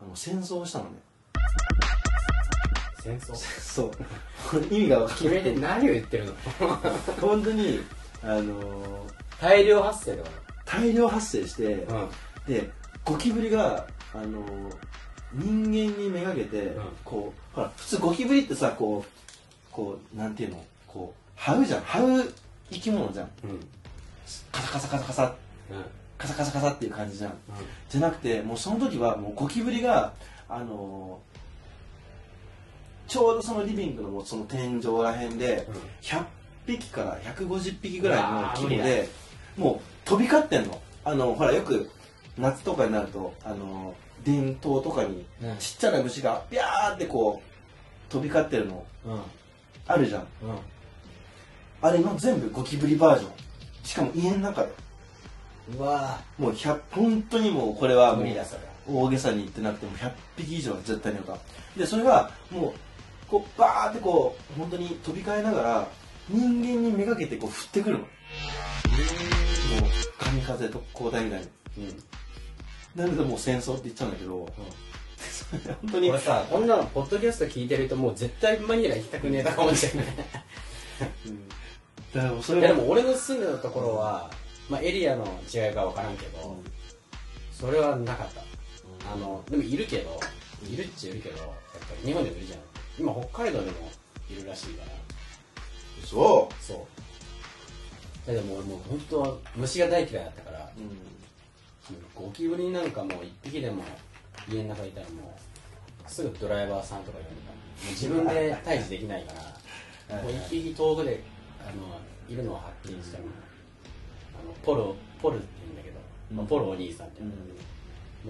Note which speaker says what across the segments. Speaker 1: もう戦争したのね
Speaker 2: 戦争
Speaker 1: そう意味が分かんなくて
Speaker 2: 君何を言ってるの
Speaker 1: 本当にあのー
Speaker 2: 大量発生だか
Speaker 1: 大量発生して、
Speaker 2: らうん
Speaker 1: でゴキブリがあのー人間にめがけて、
Speaker 2: ん
Speaker 1: こうほら普通ゴキブリってさこうこうなんていうのこう這うじゃん這う生き物じゃん
Speaker 2: うん
Speaker 1: カサカサカサカサ
Speaker 2: うん
Speaker 1: カサカサカサっていう感じじゃんじゃなくてもうその時はもうゴキブリがあのーちょうどそのリビングのもうその天井らへんで
Speaker 2: うん
Speaker 1: 100匹から150匹ぐらいの規模
Speaker 2: うわー無
Speaker 1: でもう飛び交ってんのあのほらよく夏とかになるとあのー電灯とかに
Speaker 2: うん
Speaker 1: ちっちゃな虫がビャーってこう飛び交ってるの
Speaker 2: うん
Speaker 1: あるじゃん
Speaker 2: うん
Speaker 1: あれの全部ゴキブリバージョンしかも家の中で
Speaker 2: うわ
Speaker 1: もう100本当にもうこれは
Speaker 2: ぁ
Speaker 1: もう
Speaker 2: 無理だそれは
Speaker 1: 大げさに言ってなくても100匹以上は絶対にいたでそれがもうこうバーってこう本当に飛び交いながら人間にめがけてこう振ってくるのもう神風特攻隊みたいに
Speaker 2: うん
Speaker 1: なのでもう戦争って言っちゃうんだけど、それ本当に
Speaker 2: 俺さこんなのポッドキャスト聞いてるともう絶対マニラ行きたくねえとか思っちゃうね
Speaker 1: うんだからもうそ
Speaker 2: い
Speaker 1: れ
Speaker 2: やで
Speaker 1: が
Speaker 2: も俺の住んでるところは、まあ、エリアの違いが分からんけど、それはなかったあのでもいるけどいるっちゃいるけどやっぱり日本でもいるじゃん今北海道でもいるらしいから
Speaker 1: そ
Speaker 2: そういやでも俺もう本当は虫が大嫌いだったから
Speaker 1: う、うん、
Speaker 2: ゴキブリなんかもう一匹でも家の中にいたらもうすぐドライバーさんとか言われたもう自分で退治できないからもう一匹遠くであのいるのを発見したら、あのポロポルって言うんだけど、まあ、ポロお兄さんって、うのも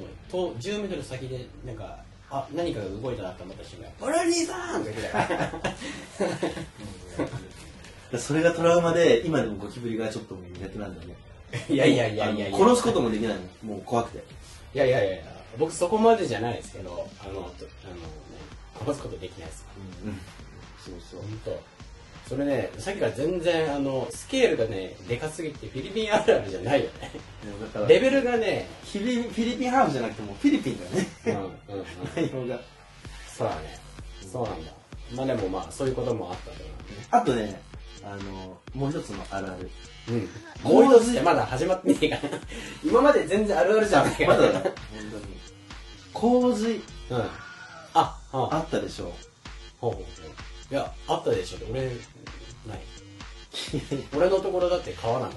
Speaker 2: う遠10メートル先でなんかあ何かが動いたなと思った瞬間「ポロお兄さん!」って言ってたから
Speaker 1: でそれがトラウマで今でもゴキブリがちょっともう苦手なんだよね
Speaker 2: いやいやいやい
Speaker 1: あ
Speaker 2: やいや
Speaker 1: の殺すこともできないのもう怖くて
Speaker 2: いやいやいや僕そこまでじゃないですけどあのとあの、ね、殺すことできないです
Speaker 1: うんそうそう
Speaker 2: 本当それねさっきから全然あのスケールがねでかすぎてフィリピンあるあるじゃないよね
Speaker 1: だから
Speaker 2: レベルがね
Speaker 1: フィリフィリピンハーフじゃなくてもうフィリピンだよね
Speaker 2: うんうんうん
Speaker 1: 内容が
Speaker 2: そうだねそうなんだまあでもまあそういうこともあったと
Speaker 1: あとねあのもう一つのあるある
Speaker 2: 思うねうんもう一つってまだ始まってね えから今まで全然あるあるじゃん
Speaker 1: まだだ本当に洪水
Speaker 2: うんああ
Speaker 1: あったでし ょ
Speaker 2: ほうほうほういやあったでしょ俺ない俺のところだって川なんか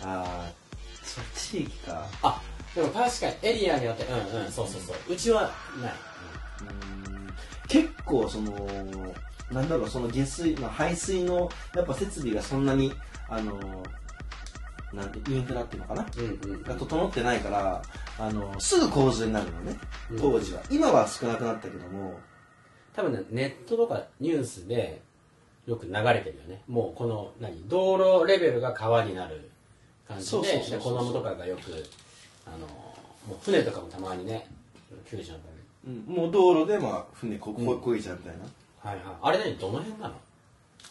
Speaker 2: な
Speaker 1: ああそれ地域か
Speaker 2: あでも確かにエリアによってうんうんそうそうそううちはない、
Speaker 1: うーん結構そのなんだろうその下水の排水のやっぱ設備がそんなにあのなんてインフラっていうのかな
Speaker 2: うんうん
Speaker 1: が整ってないからあのすぐ洪水になるのね
Speaker 2: うん
Speaker 1: 当時は、今は少なくなったけども
Speaker 2: 多分ねネットとかニュースでよく流れてるよねもうこの何道路レベルが川になる感じ
Speaker 1: そうそう
Speaker 2: で
Speaker 1: そうそう
Speaker 2: で子供とかがよくあのもう船とかもたまにね救助のために
Speaker 1: うんもう道路でまあ船こここいじゃんみたいな、
Speaker 2: はいはいあれ何どの辺なの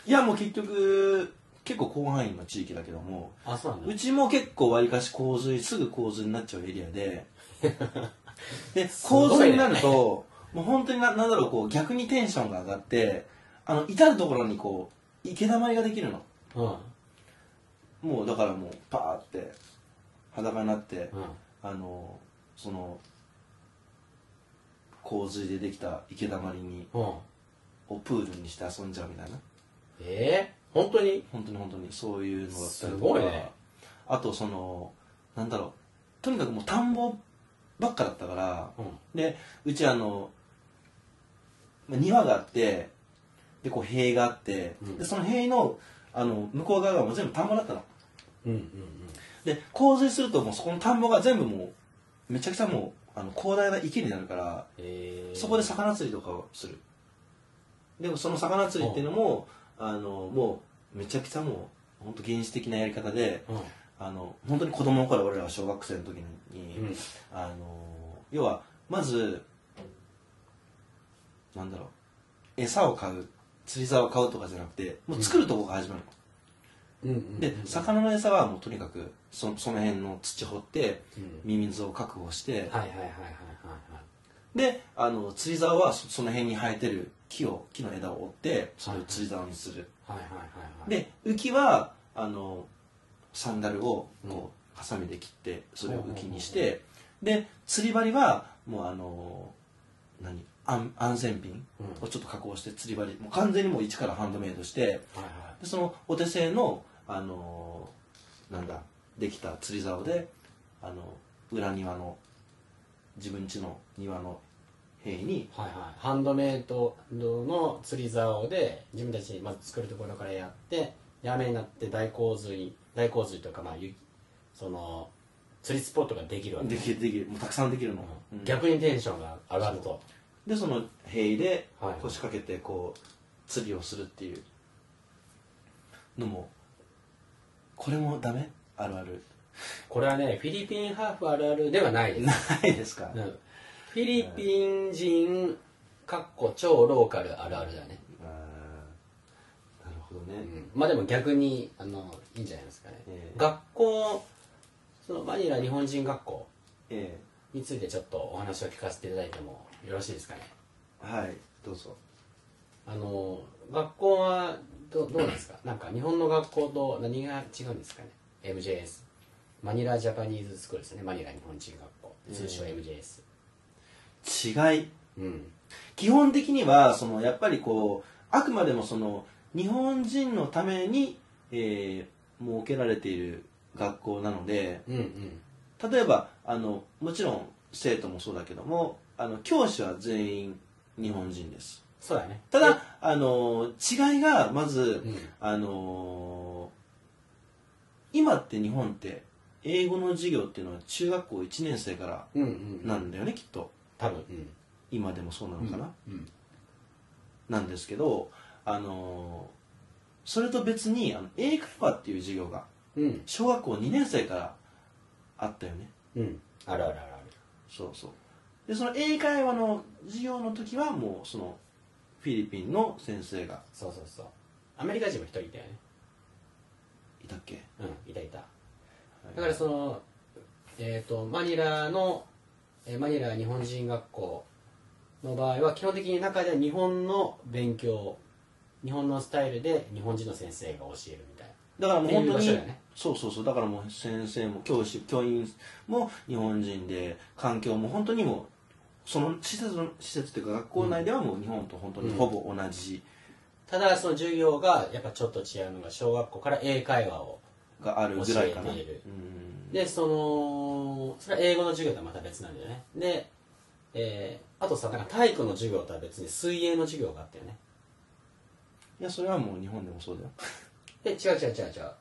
Speaker 1: いやもう結局結構広範囲の地域だけども
Speaker 2: あそうなんだ
Speaker 1: うちも結構わりかし洪水すぐ洪水になっちゃうエリア でです
Speaker 2: ごいね
Speaker 1: 洪水になると、もう本当にななんだろうこう逆にテンションが上がってあの至る所にこう池だまりができるの
Speaker 2: うん
Speaker 1: もうだからもうパーって裸になって、
Speaker 2: うん
Speaker 1: あのその洪水でできた池だまりに
Speaker 2: うん
Speaker 1: をプールにして遊んじゃうみたいな
Speaker 2: ええ本当に
Speaker 1: 本当に本当にそういうのだったりとか
Speaker 2: すごいね
Speaker 1: あとそのなんだろうとにかくもう田んぼばっかだったから
Speaker 2: うん
Speaker 1: でうちあのまあ庭があってでこう塀があって、
Speaker 2: うん
Speaker 1: でその塀のあの向こう側がもう全部田んぼだったの
Speaker 2: うんうんうん
Speaker 1: で洪水するともうそこの田んぼが全部もうめちゃくちゃもうあの広大な池になるから
Speaker 2: ええ
Speaker 1: そこで魚釣りとかをするでもその魚釣りっていうのも、あのもうめちゃくちゃもう本当原始的なやり方で
Speaker 2: うん
Speaker 1: あの本当に子供の頃俺らは小学生の時に、
Speaker 2: うん
Speaker 1: あの要はまずなんだろう餌を買う釣り竿を買うとかじゃなくてもう作るとこが始まるの、
Speaker 2: うんうん
Speaker 1: で魚の餌はもうとにかくそその辺の土掘って
Speaker 2: うん
Speaker 1: ミミズを確保して
Speaker 2: はいはいはいはいはいはい
Speaker 1: であの釣り竿はそその辺に生えてる木を木の枝を折ってそれを釣り竿にする、
Speaker 2: はいはいはいはい
Speaker 1: で浮きはあのサンダルを
Speaker 2: うん
Speaker 1: こうハサミで切ってそれを浮きにしてで釣り針はもうあの何安安全ピン
Speaker 2: うん
Speaker 1: をちょっと加工して釣り針もう完全にもう一からハンドメイドして
Speaker 2: はいは
Speaker 1: でそのお手製のあのなんだできた釣り竿であの裏庭の自分家の庭の塀に
Speaker 2: いはいはいハンドメイドの釣り竿で自分たちまず作るところからやってで雨になって大洪水大洪水とかまあ雪その釣りスポットができるわけ
Speaker 1: できるできるもうたくさんできるの、うん
Speaker 2: 逆にテンションが上がると
Speaker 1: でその塀で
Speaker 2: はい
Speaker 1: 腰掛けてこう釣りをするっていうのもこれもダメあるある
Speaker 2: これはねフィリピンハーフあるあるではないです
Speaker 1: ないですか、
Speaker 2: うんフィリピン人かっこ超ローカルあるあるだね、
Speaker 1: あーなるほどね、
Speaker 2: まあでも逆にあのいいんじゃないですかね、
Speaker 1: ええ
Speaker 2: 学校そのマニラ日本人学校
Speaker 1: え
Speaker 2: についてちょっとお話を聞かせていただいてもよろしいですかね
Speaker 1: えはいどうぞ
Speaker 2: あの学校はどどうなんです かなんか日本の学校と何が違うんですかね MJS マニラジャパニーズスクールですねマニラ日本人学校通称 MJS、
Speaker 1: 違い
Speaker 2: うん
Speaker 1: 基本的にはそのやっぱりこうあくまでもその日本人のために、えー設けられている学校なので
Speaker 2: うんうん
Speaker 1: 例えばあのもちろん生徒もそうだけどもあの教師は全員日本人です
Speaker 2: そうだね
Speaker 1: ただあの違いがまず、
Speaker 2: うん
Speaker 1: あの今って日本って英語の授業っていうのは中学校1年生から
Speaker 2: うんうん
Speaker 1: なんだよねきっと
Speaker 2: 多分うん
Speaker 1: 今でもそうなのかな、
Speaker 2: うん
Speaker 1: なんですけど、あのーそれと別にあの英会話っていう授業が
Speaker 2: うん、
Speaker 1: 小学校2年生からあったよね
Speaker 2: うん、あるあるあるある
Speaker 1: そうそうでその英会話の授業の時はもうそのフィリピンの先生が
Speaker 2: そうそうそうアメリカ人も一人いたよね
Speaker 1: いたっけ
Speaker 2: うんいたいただからそのえっ、とマニラの、えーマニラ日本人学校の場合は基本的に中では日本の勉強日本のスタイルで日本人の先生が教えるみたい
Speaker 1: だからもう本当
Speaker 2: って
Speaker 1: に、
Speaker 2: いう場所だよね
Speaker 1: そうそうそうだからもう先生も教師教員も日本人で環境も本当にもうその施設の施設というか学校内ではもう日本と本当にほぼ同じ
Speaker 2: ただその授業がやっぱちょっと違うのが小学校から英会話を
Speaker 1: があるぐらいかな、
Speaker 2: 教えている
Speaker 1: うん
Speaker 2: でそのそれは英語の授業とはまた別なんだよねで、えーあとさなんか体育の授業とは別に水泳の授業があったよね
Speaker 1: いやそれはもう日本でもそうだよ
Speaker 2: で違う違う違う違う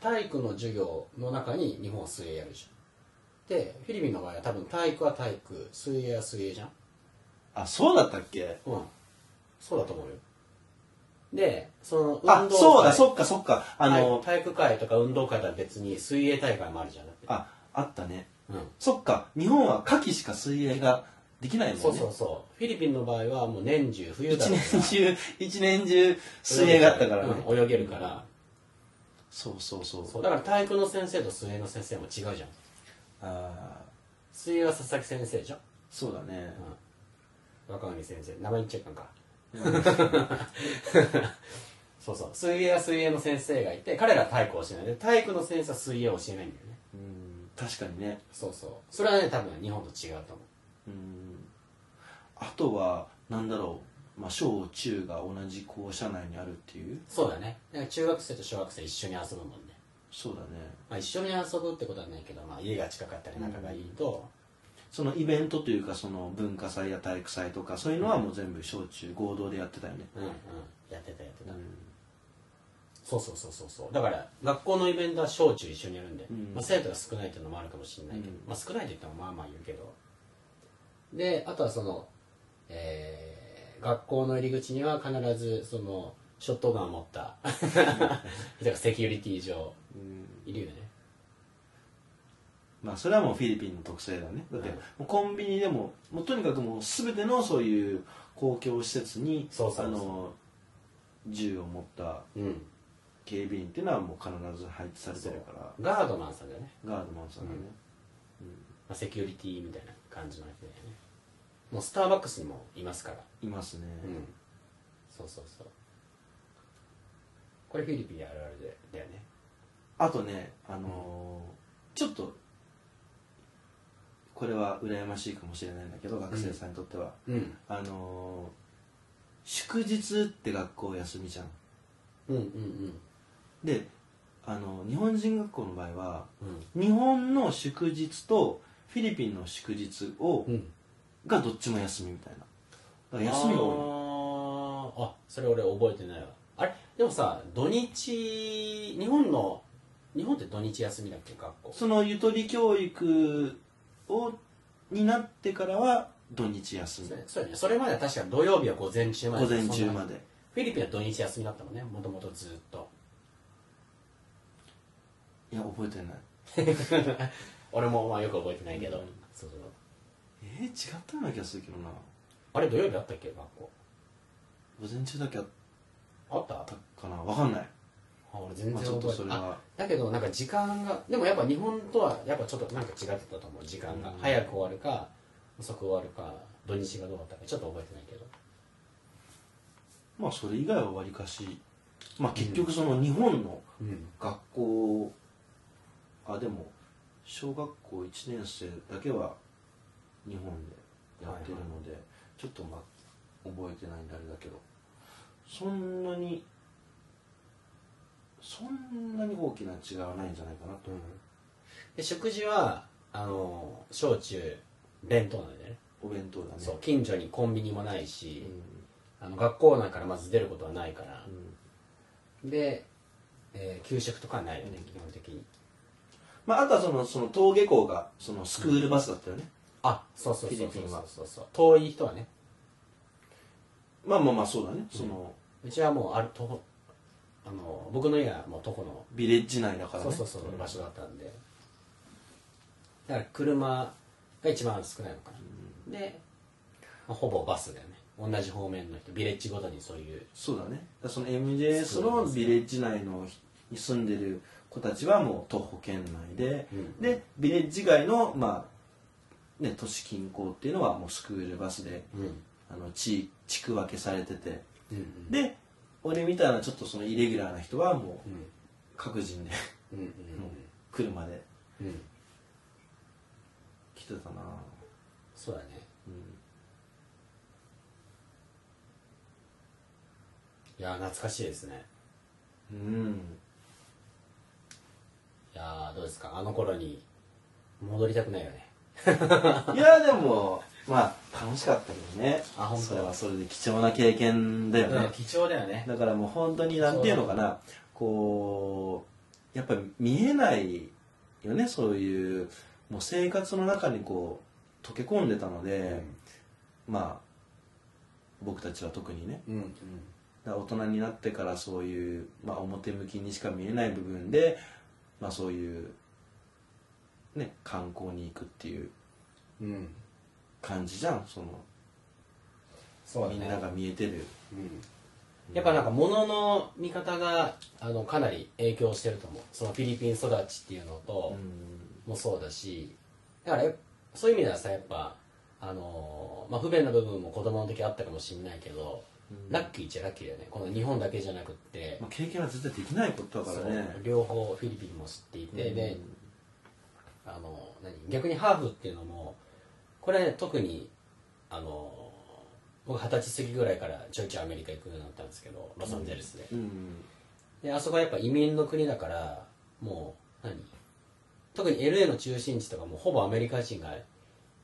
Speaker 2: 体育の授業の中に日本は水泳やるじゃんでフィリピンの場合は多分体育は体育水泳は水泳じゃん
Speaker 1: あそうだったっけ
Speaker 2: うんそうだと思うよでその
Speaker 1: あ
Speaker 2: 運動会
Speaker 1: そうだそっかそっかあの、
Speaker 2: 体育会とか運動会とは別に水泳大会もあるじゃんだって
Speaker 1: ああったね
Speaker 2: うん
Speaker 1: そっか日本は夏季しか水泳ができないもんね
Speaker 2: そうそうそうフィリピンの場合はもう年中冬だ
Speaker 1: 一
Speaker 2: ろうが
Speaker 1: 年中一年中水泳があったからね、
Speaker 2: うん泳げるから
Speaker 1: そうそうそう
Speaker 2: そうだから体育の先生と水泳の先生も違うじゃん
Speaker 1: あー
Speaker 2: 水泳は佐々木先生じゃん、
Speaker 1: そうだね、
Speaker 2: うん、若上先生名前言っちゃいかんかそうそう水泳は水泳の先生がいて彼らは体育を教えないで体育の先生は水泳を教えないんだよね
Speaker 1: うん、確かにね
Speaker 2: そうそうそれはね多分日本と違うと思
Speaker 1: うんあとはなんだろう、まあ、小中が同じ校舎内にあるっていう
Speaker 2: うそうだねだから中学生と小学生一緒に遊ぶもんね
Speaker 1: そうだね
Speaker 2: まあ、一緒に遊ぶってことはないけど、まあ、家が近かったり仲がいいと、
Speaker 1: そのイベントというかその文化祭や体育祭とかそういうのはもう全部小中合同でやってたよね、
Speaker 2: うんうんやってたやってた、そうそうそうそうそうだから学校のイベントは小中一緒にやるんで、
Speaker 1: うん
Speaker 2: まあ、生徒が少ないっていうのもあるかもしれないけど、
Speaker 1: うん
Speaker 2: まあ、少ないと言ってもまあまあ言うけどであとはその、えー学校の入り口には必ずそのショットガンを持った だからセキュリティ上いるよね
Speaker 1: まあそれはもうフィリピンの特性だねだって
Speaker 2: うん
Speaker 1: もうコンビニでももうとにかくもう全てのそういう公共施設に
Speaker 2: そうそうそう
Speaker 1: あの銃を持った
Speaker 2: うん
Speaker 1: 警備員っていうのはもう必ず配置されてるから
Speaker 2: ガードマンさんだよね、
Speaker 1: ガードマンさんがね、
Speaker 2: まあ、セキュリティみたいな感じの人だよねもうスターバックスにもいますから
Speaker 1: いますね、
Speaker 2: うんそうそうそうこれフィリピンあるあるでだよね
Speaker 1: あとねあのーちょっとこれは羨ましいかもしれないんだけど学生さんにとっては、
Speaker 2: うん
Speaker 1: あのー祝日って学校休みじゃん
Speaker 2: うんうん
Speaker 1: であの日本人学校の場合は
Speaker 2: うん
Speaker 1: 日本の祝日とフィリピンの祝日を、
Speaker 2: うん
Speaker 1: がどっちも休みみたいなだから休みが多いの
Speaker 2: 多いあそれ俺覚えてないわあれでもさ土日日本の日本って土日休みだっけ学校
Speaker 1: そのゆとり教育をになってからは土日休み
Speaker 2: そうやねそれまでは確か土曜日は午前中まで
Speaker 1: 午前中
Speaker 2: そん
Speaker 1: ま
Speaker 2: な
Speaker 1: で
Speaker 2: フィリピンは土日休みだったもんねもともとずっと
Speaker 1: いや覚えてない
Speaker 2: 俺もまあよく覚えてないけど、
Speaker 1: うん
Speaker 2: そうそう
Speaker 1: えー、違ったような気がするけどな
Speaker 2: あれ土曜日あったっけ学校
Speaker 1: 午前中だけあっ
Speaker 2: あったあ
Speaker 1: たかなわかんない、
Speaker 2: 俺全然
Speaker 1: まあ、
Speaker 2: 覚
Speaker 1: ち
Speaker 2: えて
Speaker 1: ょ
Speaker 2: な
Speaker 1: っ
Speaker 2: い、
Speaker 1: とそれ
Speaker 2: あ
Speaker 1: は
Speaker 2: だけどなんか時間がでもやっぱ日本とはやっぱちょっとなんか違ってたと思う時間が、
Speaker 1: うん
Speaker 2: 早く終わるか遅く終わるか土日がどうだったかちょっと覚えてないけど
Speaker 1: まあそれ以外はわりかしまあ結局その日本の
Speaker 2: うん
Speaker 1: 学校あでも小学校1年生だけは日本でやってるので、ちょっとまあ覚えてないんであれだけどそんなにそんなに大きな違いはないんじゃないかなと、
Speaker 2: で食事はあの小中弁当なんだよね
Speaker 1: お弁当だね
Speaker 2: そう近所にコンビニもない
Speaker 1: うん
Speaker 2: し、あの学校内からまず出ることはないから
Speaker 1: う、ん
Speaker 2: で、えー給食とかはないよね、基本的に
Speaker 1: まあ、あとはそのその登下校がそのスクールバスだったよね、
Speaker 2: あそうそうそう
Speaker 1: フィリ
Speaker 2: そ
Speaker 1: ピ
Speaker 2: う
Speaker 1: ンは
Speaker 2: そうそう遠い人はね
Speaker 1: まあまあまあそうだねその
Speaker 2: うちはもうある徒歩あの僕の家はもう徒歩の
Speaker 1: ビレッジ内だからね
Speaker 2: そうそうそう場所だったんでだから車が一番少ないのかな、で、まあほぼバスだよね同じ方面の人ビレッジごとにそういう
Speaker 1: そうだねだからその MJS のビレッジ内のに住んでる子たちはもう徒歩圏内で、
Speaker 2: うん
Speaker 1: でビレッジ外のまあね都市近郊っていうのはもうスクールバスで
Speaker 2: うん
Speaker 1: あの地地区分けされてて
Speaker 2: うんうん
Speaker 1: で俺みたいなちょっとそのイレギュラーな人はもう
Speaker 2: うん
Speaker 1: 各人で
Speaker 2: うんうん
Speaker 1: 車で
Speaker 2: うんうん
Speaker 1: 来てたな
Speaker 2: そうだね
Speaker 1: うん
Speaker 2: いやー懐かしいですね
Speaker 1: うん
Speaker 2: いやーどうですかあの頃に戻りたくないよね
Speaker 1: いやでもまあ楽しかったけどね
Speaker 2: あ本当
Speaker 1: それはそれで貴重な経験だよね、
Speaker 2: 貴重だよね
Speaker 1: だからもう本当になんていうのかなこうやっぱり見えないよねそういうもう生活の中にこう溶け込んでたので、まあ僕たちは特にね
Speaker 2: うんうん
Speaker 1: だから大人になってからそういう、まあ、表向きにしか見えない部分で、まあ、そういう、ね、観光に行くっていう
Speaker 2: うん
Speaker 1: 感じじゃんその
Speaker 2: そうだね
Speaker 1: みんなが見えてる、
Speaker 2: うん、やっぱなんか物の見方があのかなり影響してると思うそのフィリピン育ちっていうの
Speaker 1: う
Speaker 2: と
Speaker 1: ん
Speaker 2: もそうだしだからやっぱそういう意味ではさやっぱあのーまあ、不便な部分も子供の時あったかもしれないけど、ラッキーっちゃラッキーだよねこの日本だけじゃなくって
Speaker 1: まあ、経験は絶対できないことだからね
Speaker 2: そう両方フィリピンも知っていて、
Speaker 1: う
Speaker 2: で
Speaker 1: ん
Speaker 2: あの何逆にハーフっていうのもこれはね特にあの僕二十歳過ぎぐらいからちょいちょいアメリカ行くようになったんですけどロサンゼルスで,、
Speaker 1: うん
Speaker 2: であそこはやっぱ移民の国だからもう何特に LA の中心地とかもうほぼアメリカ人が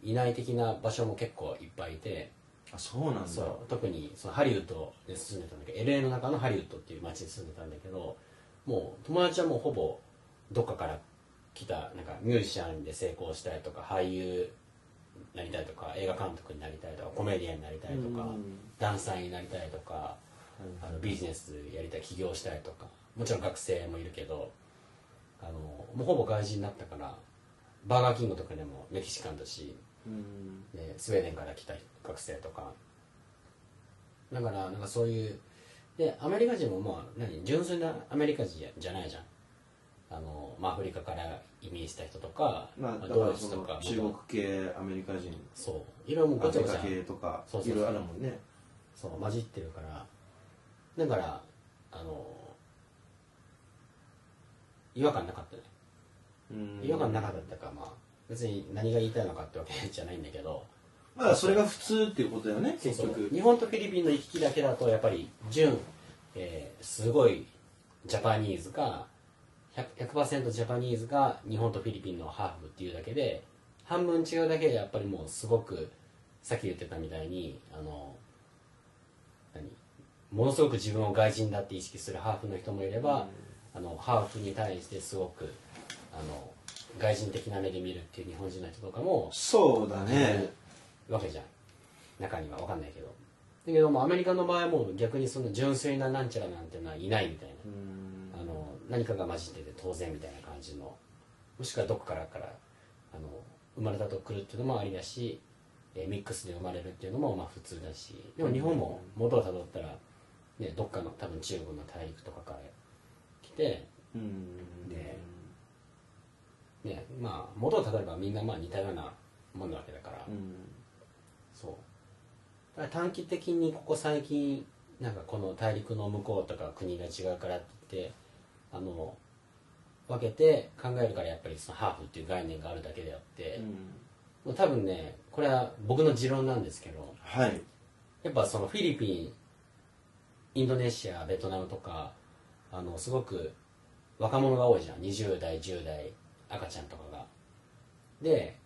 Speaker 2: いない的な場所も結構いっぱいいて、
Speaker 1: あそうなんだ
Speaker 2: そう特にそのハリウッドで住んでたんだけど LA の中のハリウッドっていう街に住んでたんだけどもう友達はもうほぼどっかから来たなんかミュージシャンで成功したいとか俳優になりたいとか映画監督になりたいとかコメディアンになりたいとか
Speaker 1: うん
Speaker 2: ダンサーになりたいとかあのビジネスやりたい起業したいとかもちろん学生もいるけどあのもうほぼ外人になったからバーガーキングとかでもメキシカンだし
Speaker 1: うん
Speaker 2: ね、スウェーデンから来た学生とかだからなんかそういうでアメリカ人もまあ何純粋なアメリカ人じゃないじゃんあのまあ、アフリカから移民した人とか、
Speaker 1: まあ、だか
Speaker 2: ド
Speaker 1: ら
Speaker 2: イツ
Speaker 1: そ
Speaker 2: と
Speaker 1: の
Speaker 2: か
Speaker 1: 中国系アメリカ人
Speaker 2: そういろいろもう
Speaker 1: ア
Speaker 2: ごち
Speaker 1: ジ
Speaker 2: ゃ
Speaker 1: ア
Speaker 2: ごちゃ
Speaker 1: 系とか
Speaker 2: そう
Speaker 1: い
Speaker 2: そうそう
Speaker 1: ろいろあるもんね
Speaker 2: そう混じってるからだからあの違和感なかったね
Speaker 1: うん
Speaker 2: 違和感なかったかまあ別に何が言いたいのかってわけじゃないんだけど
Speaker 1: まあそれが普通っていうことだよね結
Speaker 2: そうそう
Speaker 1: 局
Speaker 2: 日本とフィリピンの行き来だけだとやっぱり純、えーすごいジャパニーズか 100%, 100%ジャパニーズが日本とフィリピンのハーフっていうだけで半分違うだけでやっぱりもうすごくさっき言ってたみたいにあの何ものすごく自分を外人だって意識するハーフの人もいれば、あのハーフに対してすごくあの外人的な目で見るっていう日本人の人とかも
Speaker 1: そうだね
Speaker 2: わけじゃん中には分かんないけどだけどもアメリカの場合はもう逆にその純粋ななんちゃらなんてのはいないみたい
Speaker 1: うん
Speaker 2: なあの何かが混じってて当然みたいな感じのもしくはどこからからあの生まれたとこ来るっていうのもありだしえーミックスで生まれるっていうのもまあ普通だしでも日本も元をたどったら、ね、どっかの多分中国の大陸とかから来て
Speaker 1: うん
Speaker 2: でねまあ元をたどればみんなまあ似たようなもんなわけだから、
Speaker 1: うん
Speaker 2: そうだから短期的にここ最近なんかこの大陸の向こうとか国が違うからって言ってあの分けて考えるからやっぱりそのハーフっていう概念があるだけであって、もう多分ねこれは僕の持論なんですけど
Speaker 1: はい
Speaker 2: やっぱそのフィリピンインドネシアベトナムとかあのすごく若者が多いじゃん20代10代赤ちゃんとかがで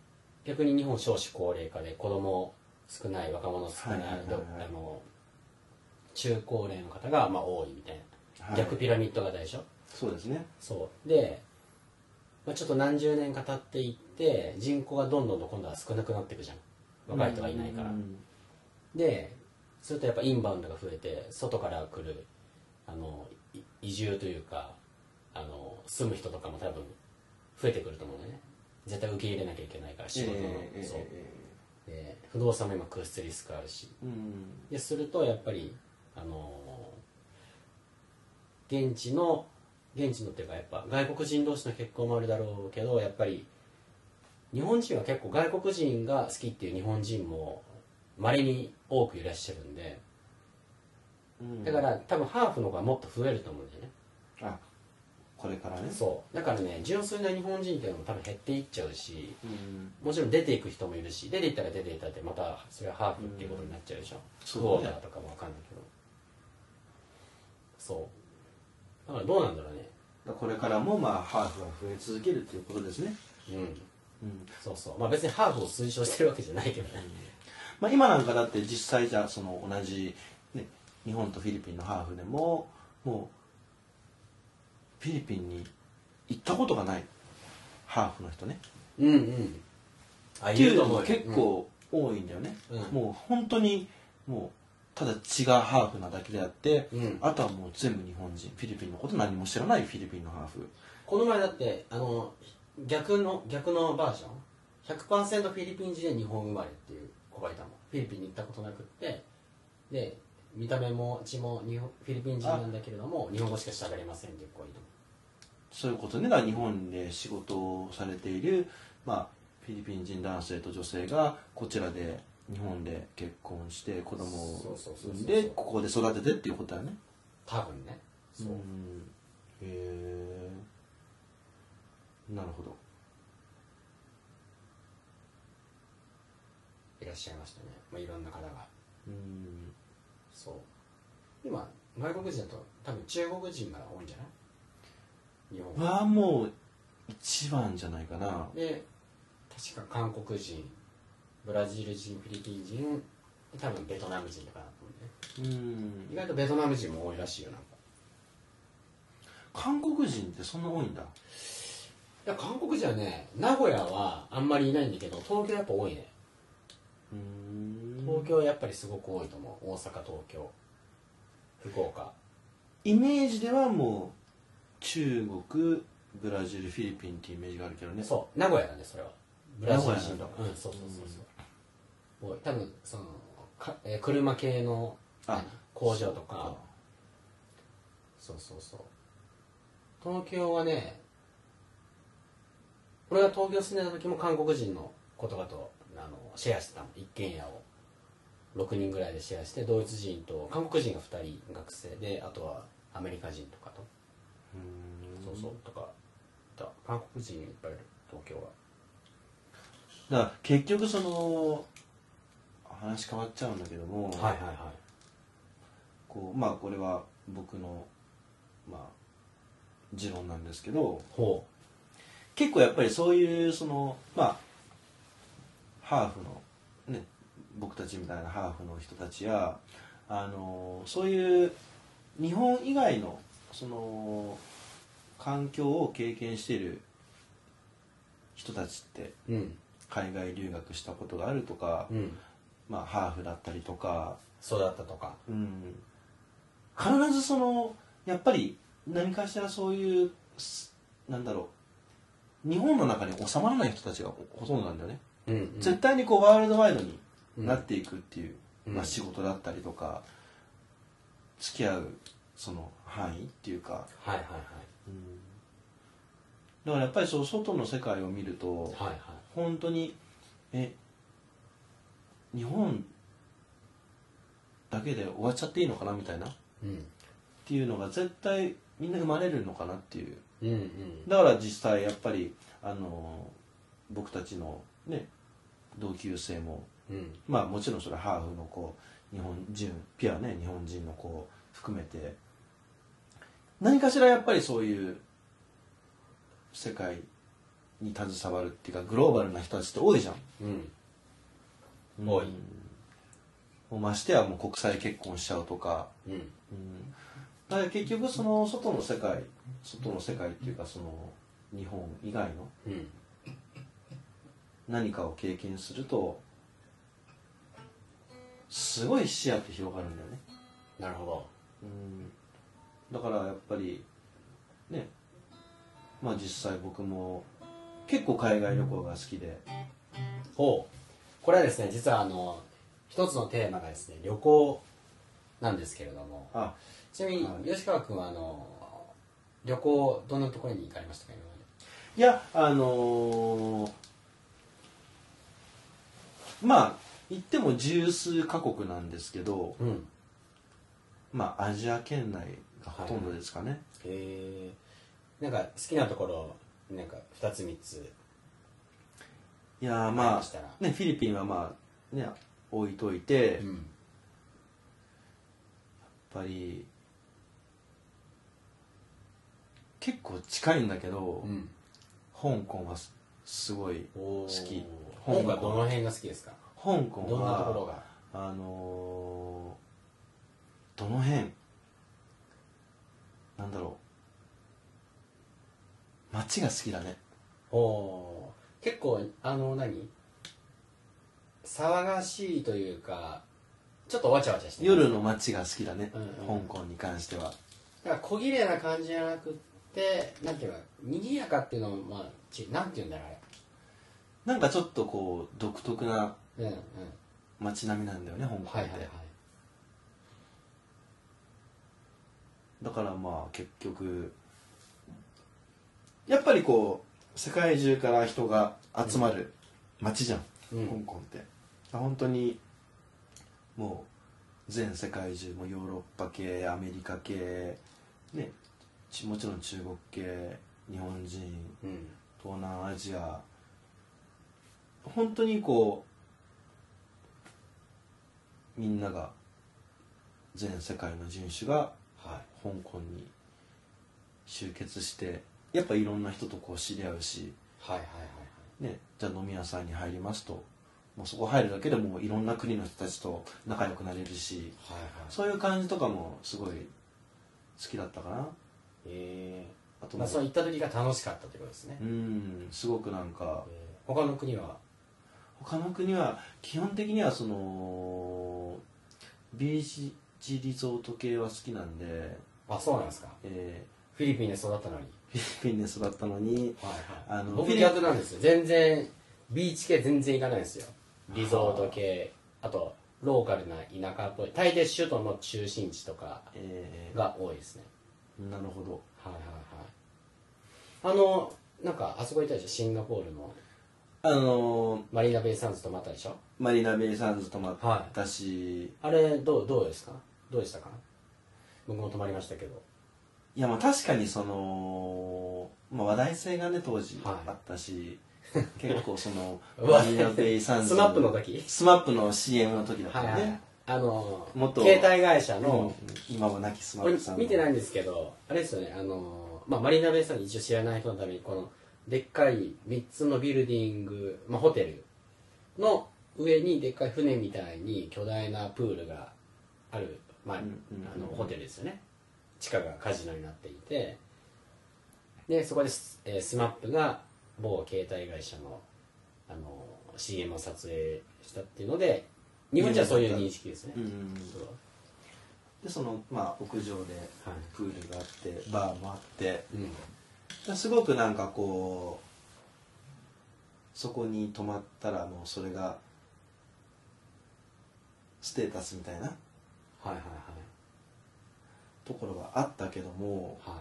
Speaker 2: 逆に日本少子高齢化で子供少ない若者少ない,
Speaker 1: はいはいはい
Speaker 2: ど、
Speaker 1: はい
Speaker 2: あの中高齢の方がまあ多いみたいな、
Speaker 1: はい
Speaker 2: 逆ピラミッド型でしょ
Speaker 1: そうですね
Speaker 2: そうで、まあ、ちょっと何十年か経っていって人口がどんどんと今度は少なくなっていくじゃん若い人がいないから、
Speaker 1: うん
Speaker 2: でそれとやっぱインバウンドが増えて外から来るあのい移住というかあの住む人とかも多分増えてくると思うね絶対受け入れなきゃいけないから仕事の、
Speaker 1: ええええ
Speaker 2: そう
Speaker 1: え
Speaker 2: で不動産も今空室リスクあるし
Speaker 1: えうん
Speaker 2: でするとやっぱりあの現地の現地のっていうかやっぱ外国人同士の結婚もあるだろうけどやっぱり日本人は結構外国人が好きっていう日本人もまれに多くいらっしゃるんで
Speaker 1: うん
Speaker 2: だから多分ハーフの方がもっと増えると思うんだよね
Speaker 1: あこれからね
Speaker 2: そうだからね純粋な日本人っていうのも多分減っていっちゃうし
Speaker 1: うん
Speaker 2: もちろん出ていく人もいるし出ていったら出ていったってまたそれはハーフっていうことになっちゃうでしょ
Speaker 1: うん
Speaker 2: そうだとかもわかんないけどそうだからどうなんだろうね
Speaker 1: これからもまあハーフは増え続けるということですね
Speaker 2: うん
Speaker 1: うん
Speaker 2: そうそうまあ別にハーフを推奨してるわけじゃないけどね
Speaker 1: まあ、今なんかだって実際じゃあその同じ、ね、日本とフィリピンのハーフでももうフィリピンに行ったことがないハーフの人ね
Speaker 2: うんうんあ
Speaker 1: っていうの
Speaker 2: う
Speaker 1: も
Speaker 2: よ
Speaker 1: 結構多いんだよね、
Speaker 2: うん
Speaker 1: もう本当にもうただ血がハーフなだけであって、
Speaker 2: うん
Speaker 1: あとはもう全部日本人フィリピンのこと何も知らないフィリピンのハーフ
Speaker 2: この前だってあの逆の逆のバージョン100%フィリピン人で日本生まれっていう子がいたもんフィリピンに行ったことなくってで見た目も血も日本フィリピン人なんだけれども日本語しか喋れませんっていう子がいたもん
Speaker 1: そういうことねだから日本で仕事をされている、まあ、フィリピン人男性と女性がこちらで日本で結婚して子供を
Speaker 2: そうそうそ
Speaker 1: 産
Speaker 2: うそうん
Speaker 1: でここで育ててっていうことだね
Speaker 2: 多分ねそうう、
Speaker 1: んへえなるほど
Speaker 2: いらっしゃいましたね、まあ、いろんな方が
Speaker 1: うん
Speaker 2: そう今外国人だと多分中国人が多いんじゃない日本
Speaker 1: はもう一番じゃないかな
Speaker 2: で確か韓国人ブラジル人フィリピン人で多分ベトナム人とかだと思うね
Speaker 1: うん
Speaker 2: 意外とベトナム人も多いらしいよなんか
Speaker 1: 韓国人ってそんな多いんだ
Speaker 2: いや韓国人はね名古屋はあんまりいないんだけど東京やっぱ多いね
Speaker 1: うん
Speaker 2: 東京はやっぱりすごく多いと思う大阪東京福岡
Speaker 1: イメージではもう中国ブラジルフィリピンってイメージがあるけどね
Speaker 2: そう名古屋だねそれはブラジル人
Speaker 1: 名
Speaker 2: と
Speaker 1: 古
Speaker 2: かうんそうそうそうそう多い多分そのか、えー車系の
Speaker 1: あ
Speaker 2: 工場とかそうそうそう東京はね俺が東京住んでた時も韓国人の言葉とあのシェアしてたもん一軒家を6人ぐらいでシェアしてドイツ人と韓国人が2人学生であとはアメリカ人とかとそうそうとかいた韓国人いっぱいいる東京は
Speaker 1: だから結局その話変わっちゃうんだけども、
Speaker 2: はいはいは
Speaker 1: こうまあこれは僕のまあ持論なんですけど
Speaker 2: いほ
Speaker 1: 結構やっぱりそういうそのまあハーフのね僕たちみたいなハーフの人たちやあのそういう日本以外のその環境を経験している人たちって
Speaker 2: ううん
Speaker 1: 海外留学したことがあるとか、
Speaker 2: うん
Speaker 1: まあ、ハーフだったりとか、
Speaker 2: 育ったとか
Speaker 1: うん、必ずそのやっぱり何かしらそういうすなんだろう日本の中に収まらない人たちがほほとんどなんだよね、
Speaker 2: うん
Speaker 1: 絶対にこうワールドワイドに
Speaker 2: うん
Speaker 1: なっていくっていう、
Speaker 2: うん
Speaker 1: まあ、仕事だったりとか付き合うその範囲っていうか、
Speaker 2: はいはい
Speaker 1: だからやっぱりそう外の世界を見ると
Speaker 2: はいはいはい
Speaker 1: 本当にえ日本だけで終わっちゃっていいのかなみたいな
Speaker 2: うん
Speaker 1: っていうのが絶対みんな生まれるのかなっていう
Speaker 2: うんうん
Speaker 1: だから実際やっぱりあの僕たちのね同級生も
Speaker 2: うん
Speaker 1: まあもちろんそれはハーフの子日本人ピュアね日本人の子含めて何かしらやっぱりそういう世界に携わるっていうかグローバルな人たちって多いじゃん
Speaker 2: うん多い
Speaker 1: もうましてやもう国際結婚しちゃうとか
Speaker 2: うん
Speaker 1: うんだから結局その外の世界外の世界っていうかその日本以外の
Speaker 2: うん
Speaker 1: 何かを経験するとすごい視野って広がるんだよね、
Speaker 2: なるほど
Speaker 1: うん、だからやっぱりねまあ実際僕も結構海外旅行が好きで
Speaker 2: ほうこれはですね実はあの一つのテーマがですね旅行なんですけれども
Speaker 1: あ
Speaker 2: ちなみに、
Speaker 1: はい
Speaker 2: 吉川君はあの旅行どんなところに行かれましたか今ま
Speaker 1: い
Speaker 2: で
Speaker 1: やあのーまあ言っても十数カ国なんですけど、
Speaker 2: うん
Speaker 1: まあアジア圏内がほとんどですかね、
Speaker 2: へえんか好きなところなんか2つ3つ
Speaker 1: い、やー
Speaker 2: あり
Speaker 1: ま
Speaker 2: ましたら
Speaker 1: あねフィリピンはまあね置いといて、
Speaker 2: う
Speaker 1: やっ
Speaker 2: ん
Speaker 1: ぱり結構近いんだけど、
Speaker 2: うん
Speaker 1: 香港はすすごい
Speaker 2: お
Speaker 1: 好
Speaker 2: ー
Speaker 1: き
Speaker 2: 香港はどの辺が好きですか
Speaker 1: 香港は
Speaker 2: どんなところが
Speaker 1: あのーどの辺なんだろう街が好きだね
Speaker 2: おー結構あの何騒がしいというかちょっとわちゃわちゃしてます
Speaker 1: 夜の街が好きだね、
Speaker 2: うんうん
Speaker 1: 香港に関しては
Speaker 2: だから小綺麗な感じじゃなくってなんていうか賑やかっていうのもまあちなんていうんだろう
Speaker 1: なんかちょっとこう独特な
Speaker 2: あれうんうん
Speaker 1: 街並みなんだよね香港って、
Speaker 2: はいはいはい
Speaker 1: だからまあ結局やっぱりこう世界中から人が集まる街じゃん、
Speaker 2: うん
Speaker 1: 香港って本当にもう全世界中もうヨーロッパ系アメリカ系ねちもちろん中国系日本人
Speaker 2: うん
Speaker 1: 東南アジア本当にこうみんなが全世界の人種が
Speaker 2: は
Speaker 1: 香港に集結してやっぱいろんな人とこう知り合うし、
Speaker 2: いはいはいはい
Speaker 1: ね、じゃあ飲み屋さんに入りますともうそこ入るだけでもういろんな国の人たちと仲良くなれるし
Speaker 2: はいはい
Speaker 1: そういう感じとかもすごい好きだったかな
Speaker 2: え
Speaker 1: あとも
Speaker 2: ーま
Speaker 1: う
Speaker 2: あ、そう行った時が楽しかったということですね、
Speaker 1: うんすごくなんか
Speaker 2: えー他の国は
Speaker 1: 他の国は基本的にはそのビーチリゾート系は好きなんで、
Speaker 2: あそうなんですか
Speaker 1: え
Speaker 2: フィリピンで育ったのに
Speaker 1: ーフィリピンで育ったのに
Speaker 2: はいはい
Speaker 1: あのフィ
Speaker 2: 僕
Speaker 1: リ
Speaker 2: 逆なんですよ全然ビーチ系全然行かないんですよリゾート系あとローカルな田舎っぽい大抵首都の中心地とか
Speaker 1: え
Speaker 2: が多いですね
Speaker 1: ーなるほど
Speaker 2: はいはいはいあのなんかあそこ行ったでしょシンガポールの
Speaker 1: あのー
Speaker 2: マリーナベイサンズ泊まったでしょ
Speaker 1: マリーナベイサンズ泊まったし、
Speaker 2: あれどうどうですかどうでしたか僕も泊まりましたけど
Speaker 1: い、やまあ確かにその、まあ、話題性がね当時
Speaker 2: はい
Speaker 1: あったし、結構そ のマ
Speaker 2: 話題
Speaker 1: リーナベイサンズ
Speaker 2: スマップの時
Speaker 1: スマップの CM の時だった
Speaker 2: はい
Speaker 1: よ
Speaker 2: はい、
Speaker 1: ね、
Speaker 2: あの
Speaker 1: 元
Speaker 2: 携帯会社の、
Speaker 1: うん今は亡きスマ
Speaker 2: こ
Speaker 1: ッ
Speaker 2: れ
Speaker 1: プさんの
Speaker 2: 見てないんですけどあれですよねあの、まあ、マリーナベイサンズ一応知らない人のためにこのでっかい3つのビルディング、まあ、ホテルの上にでっかい船みたいに巨大なプールがある、まあ
Speaker 1: うんうん
Speaker 2: あのホテルですよね地下がカジノになっていてでそこでス、えー、スマップが某携帯会社のあの CM を撮影したっていうので日本じゃそういう認識ですね、
Speaker 1: うんうん
Speaker 2: そう
Speaker 1: でその、まあ、屋上で
Speaker 2: はい
Speaker 1: プールがあってバーもあって
Speaker 2: うん
Speaker 1: ですごくなんかこうそこに泊まったらもうそれがステータスみたいな
Speaker 2: はいはいはい
Speaker 1: ところはあったけども
Speaker 2: は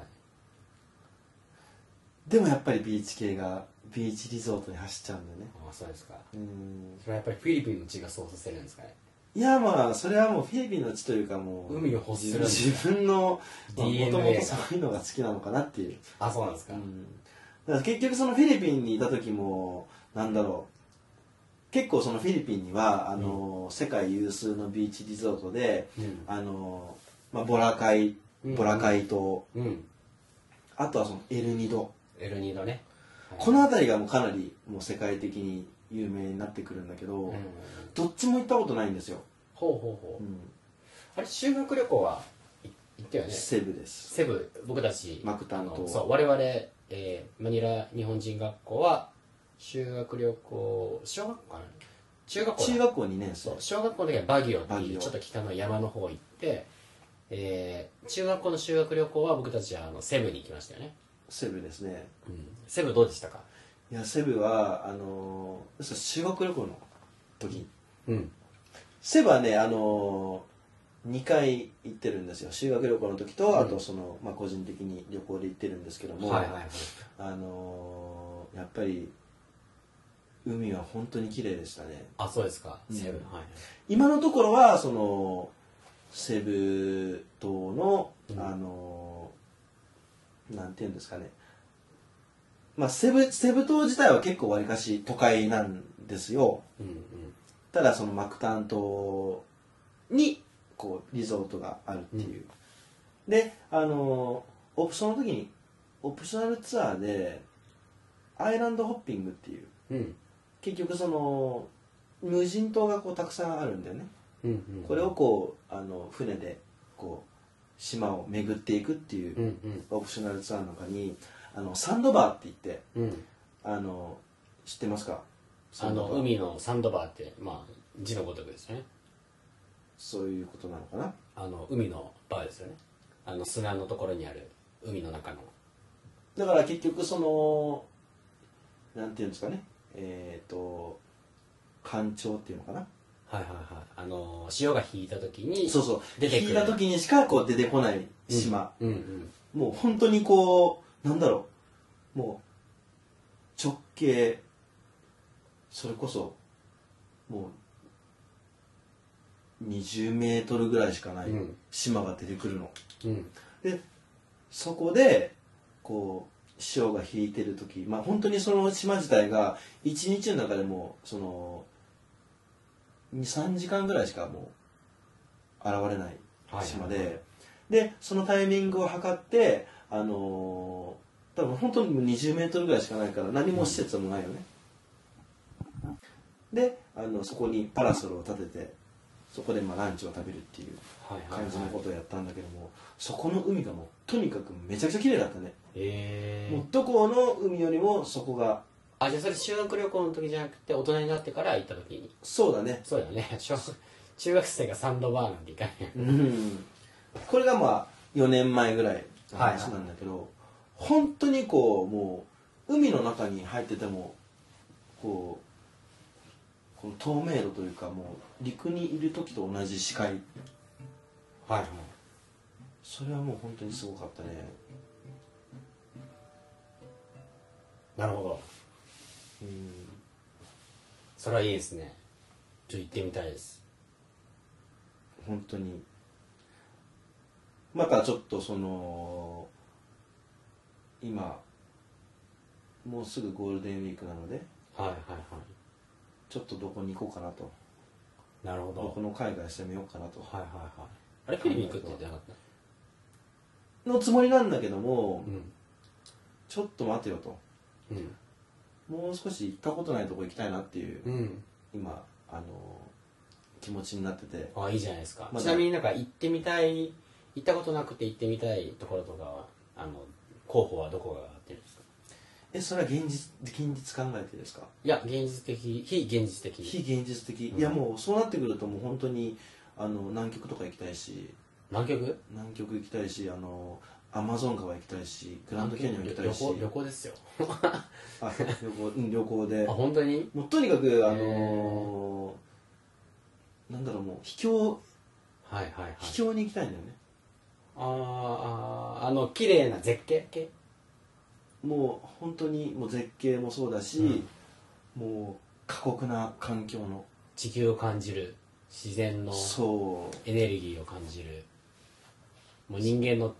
Speaker 2: い
Speaker 1: でもやっぱりビーチ系がビーチリゾートに走っちゃうんだよね
Speaker 2: あそうですか
Speaker 1: うん
Speaker 2: それはやっぱりフィリピンの地がそうさせるんですかね
Speaker 1: いやまあそれはもうフィリピンの地というかもう
Speaker 2: 海を欲するんだ
Speaker 1: 自分のもと
Speaker 2: DNA が
Speaker 1: もとそういうのが好きなのかなっていう
Speaker 2: あそうなんですか、
Speaker 1: うんだから結局そのフィリピンにいた時もなんだろう結構そのフィリピンにはあの、世界有数のビーチリゾートで
Speaker 2: うん
Speaker 1: あの、まあ、ボラカイ
Speaker 2: うん
Speaker 1: ボラカイ島、
Speaker 2: うん
Speaker 1: あとはそのエルニド
Speaker 2: エルニードね、はい
Speaker 1: この辺りがもうかなりもう世界的に有名になってくるんだけど、
Speaker 2: うんほう
Speaker 1: どっちも行ったことないんですよ、
Speaker 2: ほうほう、あれ修学旅行はい行ったよね
Speaker 1: セブです
Speaker 2: セブ僕たち
Speaker 1: マクタンと
Speaker 2: あのそう我々、えーマニラ日本人学校は修学旅行小学校かな中学校だ
Speaker 1: 中学校2年生
Speaker 2: そう小学校の時はバギオって
Speaker 1: バ
Speaker 2: い
Speaker 1: ギ
Speaker 2: う
Speaker 1: オ
Speaker 2: ちょっと北の山の方行って、えー中学校の修学旅行は僕たちはあのセブに行きましたよね、
Speaker 1: セブですね
Speaker 2: セブどうでしたか
Speaker 1: いやセブはあのそう修学旅行の時
Speaker 2: うん
Speaker 1: セブはね、あのー、2回行ってるんですよ修学旅行の時と、
Speaker 2: うん
Speaker 1: あとその、まあ、個人的に旅行で行ってるんですけども、
Speaker 2: はいはいはい
Speaker 1: あのーやっぱり海は本当に綺麗でしたね
Speaker 2: あそうですか、
Speaker 1: うん
Speaker 2: セブはい
Speaker 1: 今のところはそのセブ島の、
Speaker 2: うん
Speaker 1: あのーなんていうんですかねまあセブセブ島自体は結構わりかし都会なんですよ
Speaker 2: うん
Speaker 1: ただそのマクタン島にこうリゾートがあるっていう、であのーオプションの時にオプショナルツアーでアイランドホッピングっていう
Speaker 2: うんうん
Speaker 1: 結局その無人島がこうたくさんあるんだよね
Speaker 2: うんうん
Speaker 1: これをこうあの船でこう島を巡っていくっていううん
Speaker 2: うん
Speaker 1: オプショナルツアーの中にあのサンドバーって言って
Speaker 2: うん
Speaker 1: あの知ってますかサ
Speaker 2: あの
Speaker 1: ンドバー
Speaker 2: 海のサンドバーってまあ字のごとくですね
Speaker 1: そういうことなのかな
Speaker 2: あの海のバーですよねあの砂のところにある海の中の
Speaker 1: だから結局そのなんていうんですかねえっ、と干潮っていうのかな
Speaker 2: はいはいはいあの潮が引いた時に
Speaker 1: そうそう
Speaker 2: 出てく
Speaker 1: 引
Speaker 2: る
Speaker 1: いた時にしかこう出てこない島、
Speaker 2: うんうん
Speaker 1: もう本当にこうなんだろうもう直径それこそもう20メートルぐらいしかない
Speaker 2: うん
Speaker 1: 島が出てくるの、
Speaker 2: うん
Speaker 1: でそこでこう潮が引いてる時まあ本当にその島自体が一日の中でもうその23時間ぐらいしかもう現れない
Speaker 2: はい
Speaker 1: 島で、でそのタイミングを測ってあのー多分本当にもう20メートルぐらいしかないから何も施設もないよね、であのそこにパラソルを立ててそこでまあランチを食べるっていう
Speaker 2: はいはい
Speaker 1: 感じ
Speaker 2: は
Speaker 1: の
Speaker 2: い
Speaker 1: ことをやったんだけども、そこの海がもうとにかくめちゃくちゃ綺麗だったね、
Speaker 2: え
Speaker 1: もう
Speaker 2: ー、
Speaker 1: どこの海よりもそこが
Speaker 2: あじゃあそれ修学旅行の時じゃなくて大人になってから行った時に
Speaker 1: そうだね
Speaker 2: そうだよね 小学中学生がサンドバーなんて行かないよ
Speaker 1: うんこれがまあ4年前ぐらいの話なんだけど、本当にこうもう海の中に入っててもこうこの透明度というかもう陸にいる時と同じ視界
Speaker 2: はいはい
Speaker 1: それはもう本当にすごかったね
Speaker 2: なるほど
Speaker 1: うん
Speaker 2: それはいいですねちょっと行ってみたいです
Speaker 1: 本当にまたちょっとその今もうすぐゴールデンウィークなので
Speaker 2: はいはいはい
Speaker 1: ちょっとどこに行こうかなと
Speaker 2: なるほど
Speaker 1: どこの海外してみようかなと
Speaker 2: はいはいはいあれフィリピン行くって言ってなかった
Speaker 1: のつもりなんだけども、
Speaker 2: うん
Speaker 1: ちょっと待てよと
Speaker 2: うん
Speaker 1: もう少し行ったことないとこ行きたいなっていう、
Speaker 2: うん
Speaker 1: 今あの気持ちになってて
Speaker 2: あいいじゃないですか、
Speaker 1: まあ
Speaker 2: ちなみになんか行ってみたい行ったことなくて行ってみたいところとかはあの候補はどこがあってるんですか
Speaker 1: えそれは現実現実考えてですか
Speaker 2: いや現実的非現実的
Speaker 1: 非現実的、
Speaker 2: うん
Speaker 1: いやもうそうなってくるともう本当にあの南極とか行きたいし
Speaker 2: 南極
Speaker 1: 南極行きたいしあのアマゾン川行きたいしグランドキャニオン行きたいし
Speaker 2: 旅行旅行ですよ
Speaker 1: あ旅行うん旅行で
Speaker 2: あ本当に
Speaker 1: もうとにかくあのーなんだろうもう秘境
Speaker 2: はいはいはい
Speaker 1: 秘境に行きたいんだよね、
Speaker 2: あーあーあの綺麗な絶景系
Speaker 1: もう本当にもう絶景もそうだし、もう過酷な環境の
Speaker 2: 地球を感じる自然の
Speaker 1: そう
Speaker 2: エネルギーを感じるもう人間の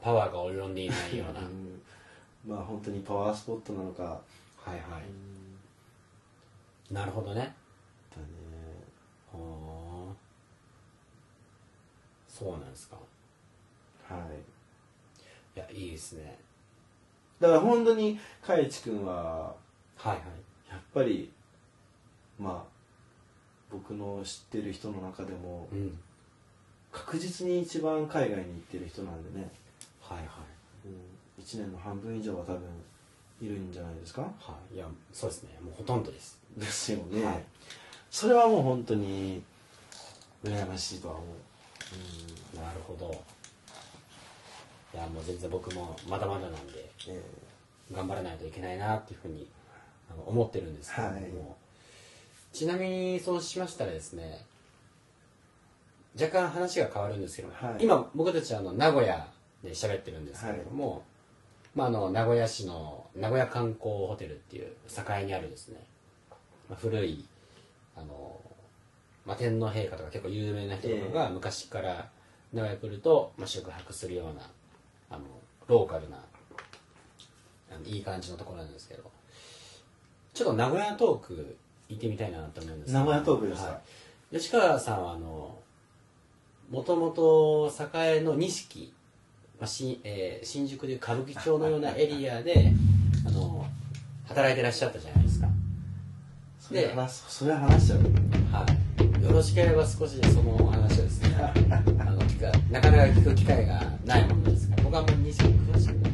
Speaker 2: パワーが及んでいないようなは
Speaker 1: うんまあ本当にパワースポットなのか、
Speaker 2: いは
Speaker 1: うん
Speaker 2: いなるほどね
Speaker 1: だね
Speaker 2: ああそうなんですか
Speaker 1: はい
Speaker 2: いやいいですね
Speaker 1: だから本当にかいちくんは
Speaker 2: はいはい
Speaker 1: やっぱりまあ僕の知ってる人の中でも
Speaker 2: うん
Speaker 1: 確実に一番海外に行ってる人なんでね、
Speaker 2: はいはい
Speaker 1: うん、1年の半分以上は多分いるんじゃないですか
Speaker 2: はいいやそうですねもうほとんどです
Speaker 1: ですよね、
Speaker 2: はい
Speaker 1: それはもう本当に羨ましいとは思う、
Speaker 2: なるほどいやもう全然僕もまだまだなんで
Speaker 1: うんえ
Speaker 2: 頑張らないといけないなっていうふうにあの思ってるんですけれども、
Speaker 1: はい
Speaker 2: ちなみにそうしましたらですね若干話が変わるんですけども、
Speaker 1: はい
Speaker 2: 今僕たちはあの名古屋で喋ってるんですけれども、まあ、あの名古屋市の名古屋観光ホテルっていう境にあるですね、まあ、古いあの、まあ、天皇陛下とか結構有名な人とかが昔から名古屋来ると、まあ、宿泊するようなあのローカルなあのいい感じのところなんですけどちょっと名古屋トーク行ってみたいなと思うんですけど
Speaker 1: 名古屋トークですか
Speaker 2: はい、吉川さんはあのもともと栄の錦、まあしえー新宿でいう歌舞伎町のようなエリアであの働いてらっしゃったじゃないですか
Speaker 1: それ話すそれ話しちゃう
Speaker 2: はい、よろしければ少しそのお話 をですねあの聞かなかなか聞く機会がないものですから僕はあんまり認識詳しくない